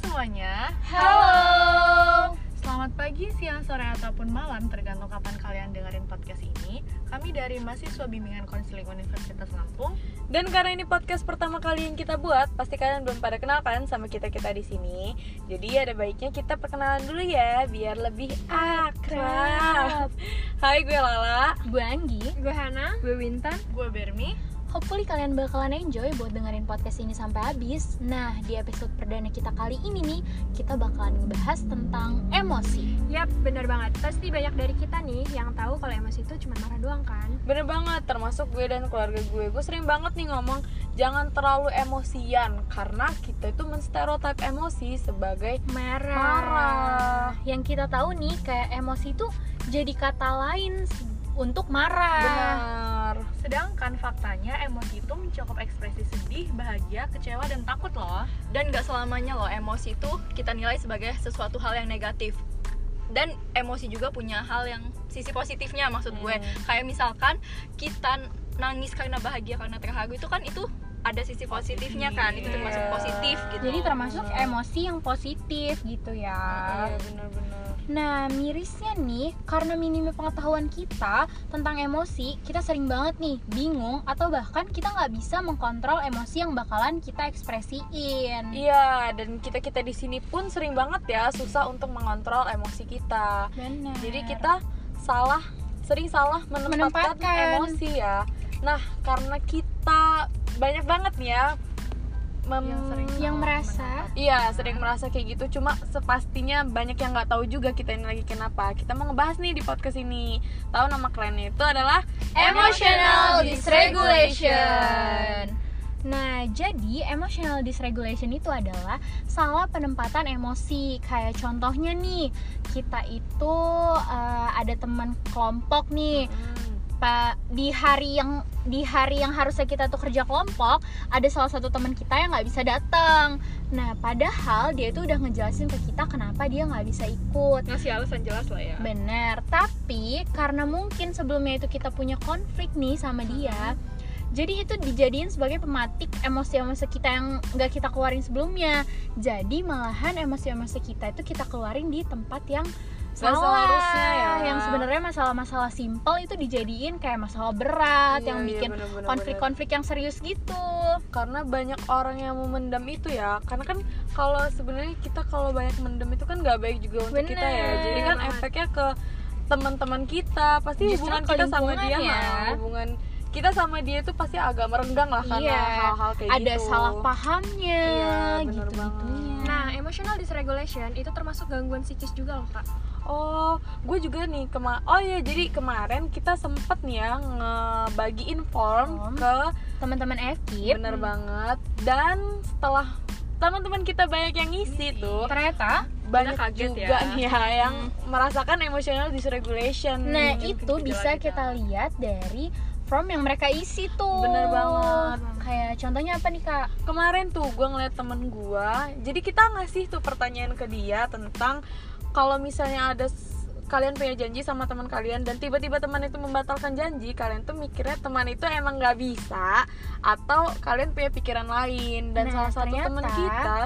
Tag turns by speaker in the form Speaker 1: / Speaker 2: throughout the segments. Speaker 1: semuanya. Selamat pagi, siang, sore, ataupun malam tergantung kapan kalian dengerin podcast ini. Kami dari mahasiswa bimbingan konseling Universitas Lampung.
Speaker 2: Dan karena ini podcast pertama kali yang kita buat, pasti kalian belum pada kenal kan sama kita-kita di sini. Jadi ada baiknya kita perkenalan dulu ya, biar lebih akrab. Hai, gue Lala.
Speaker 3: Gue Anggi.
Speaker 1: Gue Hana,
Speaker 2: Gue Wintan.
Speaker 1: gue Bermi.
Speaker 3: Hopefully kalian bakalan enjoy buat dengerin podcast ini sampai habis. Nah, di episode perdana kita kali ini nih, kita bakalan ngebahas tentang emosi.
Speaker 4: Yap, bener banget. Pasti banyak dari kita nih yang tahu kalau emosi itu cuma marah doang kan.
Speaker 2: Bener banget, termasuk gue dan keluarga gue. Gue sering banget nih ngomong, jangan terlalu emosian. Karena kita itu menstereotip emosi sebagai
Speaker 4: Marah.
Speaker 2: marah.
Speaker 3: Yang kita tahu nih, kayak emosi itu jadi kata lain s- untuk
Speaker 5: Ah.
Speaker 3: marah.
Speaker 2: Benar.
Speaker 1: Sedangkan faktanya emosi itu mencakup ekspresi sedih, bahagia, kecewa, dan takut loh.
Speaker 5: dan gak selamanya loh emosi itu kita nilai sebagai sesuatu hal yang negatif dan emosi juga punya hal yang sisi positifnya maksud gue
Speaker 2: Hmm.
Speaker 5: kayak misalkan kita nangis karena bahagia karena terharu itu kan itu ada sisi positifnya kan itu termasuk
Speaker 2: Iya.
Speaker 5: positif gitu
Speaker 3: Jadi termasuk emosi yang positif gitu
Speaker 5: Ah.
Speaker 3: ya.
Speaker 2: Iya, benar-benar.
Speaker 3: Nah, mirisnya nih, karena minimnya pengetahuan kita tentang emosi, kita sering banget nih bingung atau bahkan kita nggak bisa mengkontrol emosi yang bakalan kita ekspresiin.
Speaker 2: Iya, dan kita kita di sini pun sering banget ya susah untuk mengontrol emosi kita.
Speaker 3: Benar.
Speaker 2: Jadi kita salah, sering salah menempatkan,
Speaker 3: Menempatkan.
Speaker 2: emosi ya. Nah, karena kita banyak banget nih ya mem-
Speaker 1: Yang sering
Speaker 3: yang merasa
Speaker 2: Iya, sering merasa kayak gitu. Cuma sepastinya banyak yang nggak tahu juga kita ini lagi kenapa. Kita mau ngebahas nih di podcast ini. Tahu nama kerennya itu adalah
Speaker 3: emotional dysregulation. Nah, jadi emotional dysregulation itu adalah salah penempatan emosi. Kayak contohnya nih, kita itu eh, ada teman kelompok nih.
Speaker 1: Hmm.
Speaker 3: pa- di hari yang di hari yang harusnya kita tuh kerja kelompok ada salah satu teman kita yang nggak bisa datang nah padahal dia itu udah ngejelasin ke kita kenapa dia nggak bisa ikut
Speaker 5: ngasih alasan jelas lah ya
Speaker 3: bener tapi karena mungkin sebelumnya itu kita punya konflik nih sama
Speaker 2: Hmm.
Speaker 3: dia jadi itu dijadiin sebagai pematik emosi-emosi kita yang nggak kita keluarin sebelumnya jadi malahan emosi-emosi kita itu kita keluarin di tempat yang
Speaker 2: Nggak
Speaker 3: salah
Speaker 2: seharusnya ya.
Speaker 3: yang sebenarnya masalah-masalah simpel itu dijadiin kayak masalah berat
Speaker 2: Iya,
Speaker 1: Iya,
Speaker 3: yang bikin konflik-konflik yang serius gitu
Speaker 2: karena banyak orang yang memendam itu ya karena kan kalau sebenarnya kita kalau banyak mendem itu kan nggak baik juga untuk kita ya
Speaker 3: Bener.
Speaker 2: jadi kan efeknya ke teman-teman kita pasti
Speaker 3: Justru
Speaker 2: hubungan
Speaker 3: ke
Speaker 2: kita sama
Speaker 3: lingkungan
Speaker 2: dia
Speaker 3: ya.
Speaker 2: nah, hubungan kita sama dia itu pasti agak merenggang lah karena
Speaker 3: Iya.
Speaker 2: hal-hal kayak
Speaker 3: ada
Speaker 2: gitu
Speaker 3: salah pahamnya
Speaker 2: Iya, bener
Speaker 3: gitu gitunya
Speaker 2: banget.
Speaker 4: Nah, emotional dysregulation itu termasuk gangguan psikis juga loh, Kak.
Speaker 2: oh gue juga nih kema oh ya jadi kemarin kita sempet nih ya ngebagiin
Speaker 3: Form.
Speaker 2: form ke
Speaker 3: teman-teman FKIP
Speaker 2: bener banget dan setelah teman-teman kita banyak yang ngisi tuh
Speaker 3: ternyata
Speaker 2: banyak
Speaker 5: kaget
Speaker 2: juga
Speaker 5: ya.
Speaker 2: nih ya yang merasakan emotional dysregulation.
Speaker 3: Hmm. nah
Speaker 2: Mungkin
Speaker 3: itu
Speaker 2: gejala
Speaker 3: bisa kita lihat dari form yang mereka isi tuh
Speaker 2: Bener banget.
Speaker 3: kayak contohnya apa nih kak
Speaker 2: Kemarin tuh gue ngeliat temen gue, jadi kita ngasih tuh pertanyaan ke dia tentang kalau misalnya ada s- kalian punya janji sama teman kalian dan tiba-tiba teman itu membatalkan janji, kalian tuh mikirnya teman itu emang nggak bisa atau kalian punya pikiran lain dan
Speaker 3: Nah,
Speaker 2: salah satu teman
Speaker 3: ternyata-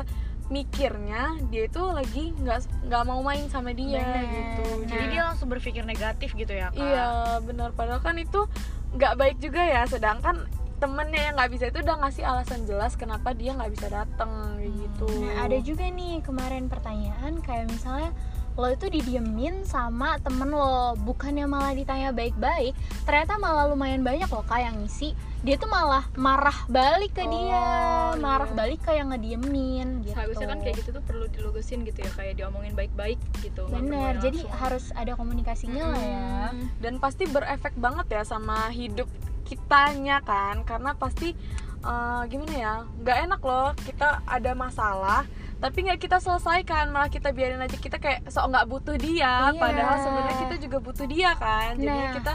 Speaker 2: kita mikirnya dia itu lagi nggak nggak mau main sama dia
Speaker 3: Bener.
Speaker 2: gitu.
Speaker 1: Jadi
Speaker 3: Nah.
Speaker 1: dia langsung berpikir negatif gitu ya, Kak.
Speaker 3: Ah.
Speaker 2: Iya benar padahal kan itu nggak baik juga ya sedangkan temennya yang nggak bisa itu udah ngasih alasan jelas kenapa dia nggak bisa datang kayak gitu.
Speaker 3: Nah, ada juga nih kemarin pertanyaan kayak misalnya lo itu didiemin sama temen lo bukannya malah ditanya baik-baik ternyata malah lumayan banyak loh kak yang ngisi dia tuh malah marah balik ke
Speaker 2: Oh,
Speaker 3: dia
Speaker 2: iya.
Speaker 3: marah balik ke yang
Speaker 1: Iya,
Speaker 3: ngediemin gitu
Speaker 5: seharusnya kan kayak gitu tuh perlu dilurusin gitu ya kayak diomongin baik-baik gitu nggak perlu
Speaker 3: bener
Speaker 5: yang
Speaker 3: jadi
Speaker 5: langsung.
Speaker 3: harus ada komunikasinya lah ya
Speaker 5: Mm.
Speaker 2: dan pasti berefek banget ya sama hidup kitanya kan karena pasti eh, gimana ya nggak enak loh kita ada masalah tapi nggak kita selesaikan malah kita biarin aja kita kayak sok nggak butuh dia
Speaker 3: Iya.
Speaker 2: padahal sebenarnya kita juga butuh dia kan jadinya
Speaker 3: Nah.
Speaker 2: kita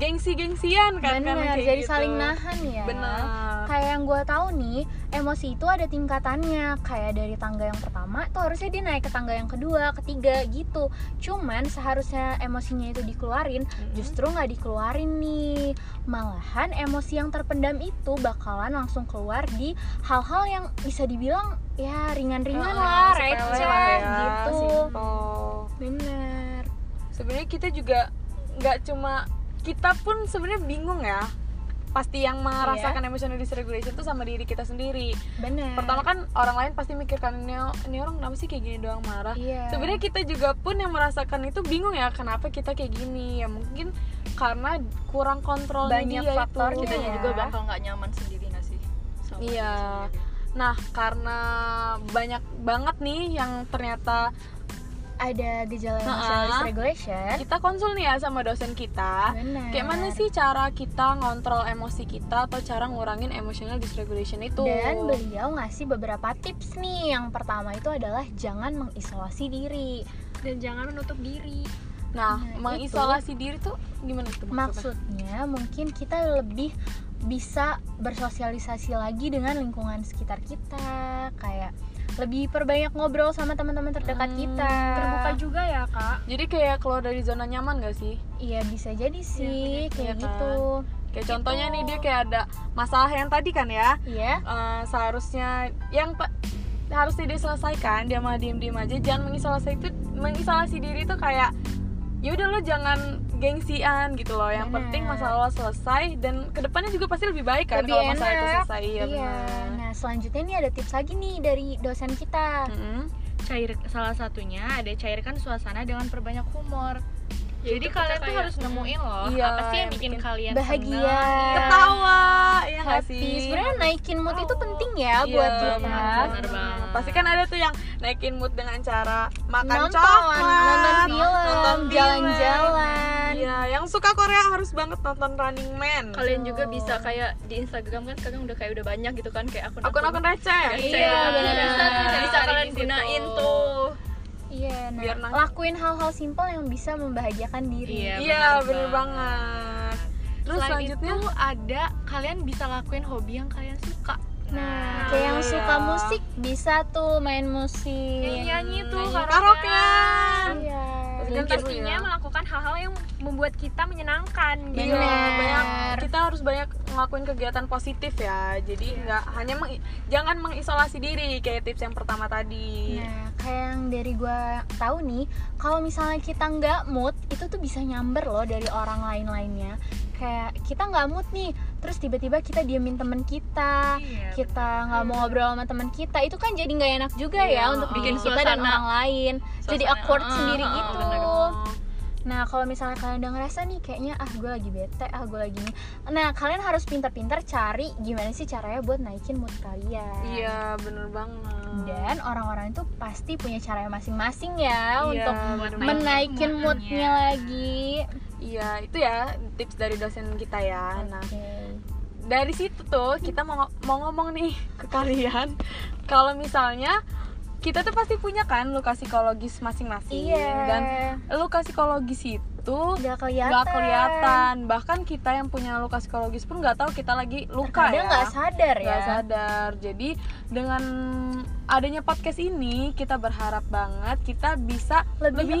Speaker 2: gengsi-gengsian kan karena
Speaker 3: bener
Speaker 2: kayak
Speaker 3: jadi
Speaker 2: gitu.
Speaker 3: saling nahan ya
Speaker 2: bener
Speaker 3: kayak yang gue tahu nih emosi itu ada tingkatannya kayak dari tangga yang pertama tuh harusnya dia naik ke tangga yang kedua ketiga gitu cuman seharusnya emosinya itu dikeluarin justru nggak dikeluarin nih malahan emosi yang terpendam itu bakalan langsung keluar di hal-hal yang bisa dibilang ya ringan-ringan
Speaker 2: Ah,
Speaker 3: lah
Speaker 2: sepele lah
Speaker 3: receh
Speaker 2: ya,
Speaker 3: gitu
Speaker 2: simple.
Speaker 3: bener
Speaker 2: sebenarnya kita juga nggak cuma kita pun sebenarnya bingung ya pasti yang
Speaker 3: Iya.
Speaker 2: merasakan emotional dysregulation itu sama diri kita sendiri
Speaker 3: bener
Speaker 2: pertama kan orang lain pasti mikir kan ini, ini orang kenapa sih kayak gini doang marah
Speaker 3: iya
Speaker 2: sebenarnya kita juga pun yang merasakan itu bingung ya kenapa kita kayak gini ya mungkin karena kurang kontrol dia
Speaker 3: Banyak faktor
Speaker 2: itu.
Speaker 5: kita
Speaker 1: ya.
Speaker 3: kitanya Iya.
Speaker 5: juga bakal nggak nyaman sendiri nggak sih Sama diri
Speaker 2: Iya.
Speaker 5: sendiri.
Speaker 2: nah karena banyak banget nih yang ternyata
Speaker 3: ada gejala emotional
Speaker 2: Ha-ha.
Speaker 3: dysregulation
Speaker 2: kita konsul nih ya sama dosen kita
Speaker 3: bener
Speaker 2: Iya. Kayak mana sih cara kita ngontrol emosi kita atau cara ngurangin emotional dysregulation itu?
Speaker 3: Dan beliau ngasih beberapa tips nih. Yang pertama itu adalah jangan mengisolasi diri.
Speaker 4: dan jangan menutup diri
Speaker 2: nah,
Speaker 3: Nah,
Speaker 2: mengisolasi diri tuh gimana tuh maksudnya?
Speaker 3: Maksudnya mungkin kita lebih bisa bersosialisasi lagi dengan lingkungan sekitar kita, kayak lebih perbanyak ngobrol sama teman-teman terdekat
Speaker 2: Hmm,
Speaker 3: kita.
Speaker 4: terbuka juga ya kak
Speaker 2: Jadi kayak keluar dari zona nyaman gak sih?
Speaker 3: Iya bisa jadi
Speaker 2: bener,
Speaker 3: sih kayak
Speaker 2: iya kan?
Speaker 3: gitu.
Speaker 2: Kayak contohnya nih dia kayak ada masalah yang tadi kan ya,
Speaker 3: Iya.
Speaker 2: eh, seharusnya yang pa- harusnya dia selesaikan dia malah diem diem aja jangan mengisolasi itu mengisolasi diri tuh kayak ya udah lo jangan gengsian gitu loh yang
Speaker 3: Benar.
Speaker 2: penting masalah lo selesai dan kedepannya juga pasti lebih baik kan
Speaker 3: Lebih
Speaker 2: kalau masalah itu
Speaker 3: enak.
Speaker 2: selesai ya
Speaker 3: iya. Nah selanjutnya nih ada tips lagi nih dari dosen kita.
Speaker 1: cair salah satunya ada cairkan suasana dengan perbanyak humor
Speaker 5: Ya, itu
Speaker 1: jadi
Speaker 5: kita
Speaker 1: kalian tuh
Speaker 5: kayak,
Speaker 1: harus nemuin loh
Speaker 2: Iya,
Speaker 1: apa sih yang
Speaker 2: yang
Speaker 1: bikin
Speaker 2: bikin
Speaker 1: kalian
Speaker 3: Bahagia.
Speaker 1: senang.
Speaker 2: ketawa ya nggak
Speaker 3: Iya. happy.
Speaker 2: sih
Speaker 3: Sebenarnya naikin mood itu
Speaker 2: Ketawa.
Speaker 3: penting ya buat
Speaker 2: Iya,
Speaker 3: kita.
Speaker 2: benar.
Speaker 1: bener banget
Speaker 2: pasti kan ada tuh yang naikin mood dengan cara makan
Speaker 3: nonton,
Speaker 2: coklat
Speaker 3: nonton film,
Speaker 2: nonton film.
Speaker 3: jalan-jalan.
Speaker 2: iya yang suka Korea harus banget nonton Running Man
Speaker 5: kalian juga
Speaker 3: Betul.
Speaker 5: bisa kayak di Instagram kan sekarang udah kayak udah banyak gitu kan kayak akun
Speaker 2: akun-akun receh
Speaker 5: receh.
Speaker 1: Iya,
Speaker 5: Bisa- bisa,
Speaker 1: benar.
Speaker 5: bisa kalian
Speaker 1: Di situ.
Speaker 5: gunain tuh
Speaker 3: Iya, nah,
Speaker 2: Biar nang-
Speaker 3: lakuin hal-hal simpel yang bisa membahagiakan diri.
Speaker 1: Iya,
Speaker 2: Iya,
Speaker 1: benar
Speaker 2: bener banget. Terus
Speaker 1: Selain
Speaker 2: selanjutnya
Speaker 1: itu ada kalian bisa lakuin hobi yang kalian suka
Speaker 3: Nah, kayak yang
Speaker 2: Iya.
Speaker 3: suka musik gitu, bisa tuh main musik.
Speaker 2: Iya. nah,
Speaker 4: nyanyi tuh
Speaker 2: nyanyi
Speaker 4: karaokean.
Speaker 3: Iya.
Speaker 2: Pasti
Speaker 4: dan
Speaker 2: kan seru
Speaker 4: pastinya
Speaker 2: ya.
Speaker 4: melakukan hal-hal yang membuat kita menyenangkan
Speaker 2: Iya,
Speaker 4: gitu
Speaker 3: Bener.
Speaker 2: banyak kita harus banyak ngelakuin kegiatan positif ya. Jadi nggak hanya meng- jangan mengisolasi diri kayak tips yang pertama tadi.
Speaker 3: Nah, kayak yang dari gua tahu nih, kalau misalnya kita nggak mood, itu tuh bisa nyamber loh dari orang lain lainnya. Kayak kita nggak mood nih, terus tiba-tiba kita diemin temen kita,
Speaker 1: Iya,
Speaker 3: kita nggak mau ngobrol sama teman kita itu kan jadi nggak enak juga
Speaker 2: Iya,
Speaker 3: ya untuk
Speaker 2: uh-uh.
Speaker 3: bikin
Speaker 5: Bikin
Speaker 3: kita dan
Speaker 5: suasana-
Speaker 3: orang lain jadi
Speaker 5: Suasana-
Speaker 3: awkward
Speaker 5: Ah,
Speaker 3: sendiri
Speaker 5: ah,
Speaker 3: gitu
Speaker 5: bener.
Speaker 3: nah kalau misalnya kalian udah ngerasa nih kayaknya ah gue lagi bete ah gue lagi ini nah kalian harus pintar-pintar cari gimana sih caranya buat naikin mood kalian
Speaker 2: Iya, bener banget.
Speaker 3: dan orang-orang itu pasti punya caranya masing-masing ya
Speaker 2: Iya,
Speaker 3: untuk
Speaker 2: bener banget.
Speaker 3: menaikin
Speaker 1: moodnya.
Speaker 3: moodnya lagi
Speaker 2: Iya, itu ya tips dari dosen kita ya. Nah,
Speaker 3: oke
Speaker 2: dari situ tuh kita mau, mau ngomong nih ke kalian kalau misalnya kita tuh pasti punya kan luka psikologis masing-masing
Speaker 3: iya
Speaker 2: dan luka psikologis itu
Speaker 3: nggak kelihatan
Speaker 2: nggak kelihatan bahkan kita yang punya luka psikologis pun nggak tahu kita lagi luka
Speaker 3: Terkadang
Speaker 2: ya
Speaker 3: nggak sadar ya
Speaker 2: Nggak sadar jadi dengan adanya podcast ini kita berharap banget kita bisa
Speaker 3: Lebih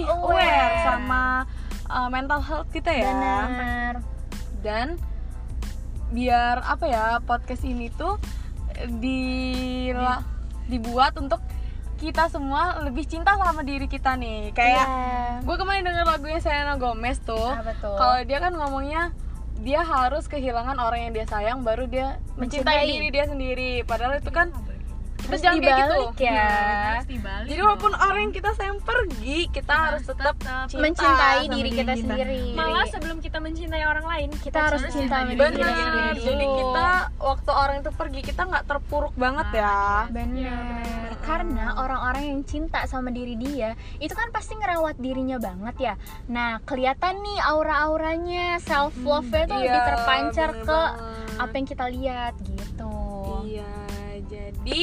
Speaker 2: lebih,
Speaker 3: aware.
Speaker 2: aware. sama uh, mental health kita ya
Speaker 3: benar
Speaker 2: dan biar apa ya podcast ini tuh eh, di la- dibuat untuk kita semua lebih cinta sama diri kita nih kayak
Speaker 3: Iya.
Speaker 2: gue kemarin denger lagunya Selena Gomez tuh
Speaker 3: Apa tuh?
Speaker 2: kalau dia kan ngomongnya dia harus kehilangan orang yang dia sayang baru dia mencintai,
Speaker 3: Mencintai.
Speaker 2: diri dia sendiri padahal itu kan kita
Speaker 3: Terus
Speaker 2: jangan kayak gitu
Speaker 3: dibalik ya.
Speaker 1: harus dibalik
Speaker 2: jadi walaupun orang yang kita sayang pergi kita harus tetap cinta
Speaker 3: mencintai
Speaker 2: sama
Speaker 3: diri kita sendiri.
Speaker 4: malah sebelum kita mencintai orang lain
Speaker 3: kita harus
Speaker 1: harus
Speaker 3: cinta sama
Speaker 1: cinta diri
Speaker 3: diri kita
Speaker 1: sendiri
Speaker 2: benar
Speaker 3: sendiri.
Speaker 2: jadi gitu. kita waktu orang itu pergi kita nggak terpuruk banget ya
Speaker 3: Benar. Karena orang-orang yang cinta sama diri dia itu kan pasti ngerawat dirinya banget ya. Nah, kelihatan nih aura-auranya, self love-nya tuh lebih
Speaker 2: Iya,
Speaker 3: terpancar
Speaker 2: bener
Speaker 3: ke
Speaker 2: banget.
Speaker 3: apa yang kita lihat gitu.
Speaker 2: ya? Iya, jadi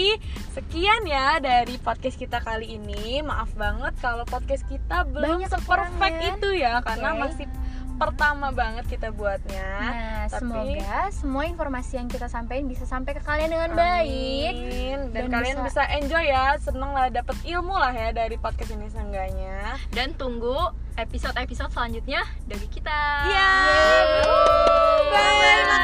Speaker 2: sekian ya dari podcast kita kali ini. Maaf banget kalau podcast kita belum
Speaker 3: Banyak
Speaker 2: se-perfect
Speaker 3: kekurangan.
Speaker 2: itu ya karena
Speaker 3: Oke.
Speaker 2: masih pertama banget kita buatnya.
Speaker 3: Nah,
Speaker 2: tapi-
Speaker 3: semoga semua informasi yang kita sampaikan bisa sampai ke kalian dengan baik.
Speaker 2: Amin. Dan,
Speaker 3: Dan
Speaker 2: kalian bisa... enjoy ya, seneng lah dapet ilmu lah ya dari podcast ini seenggaknya.
Speaker 1: Dan tunggu episode-episode selanjutnya dari kita.
Speaker 2: Iya. Ya, Bye bye.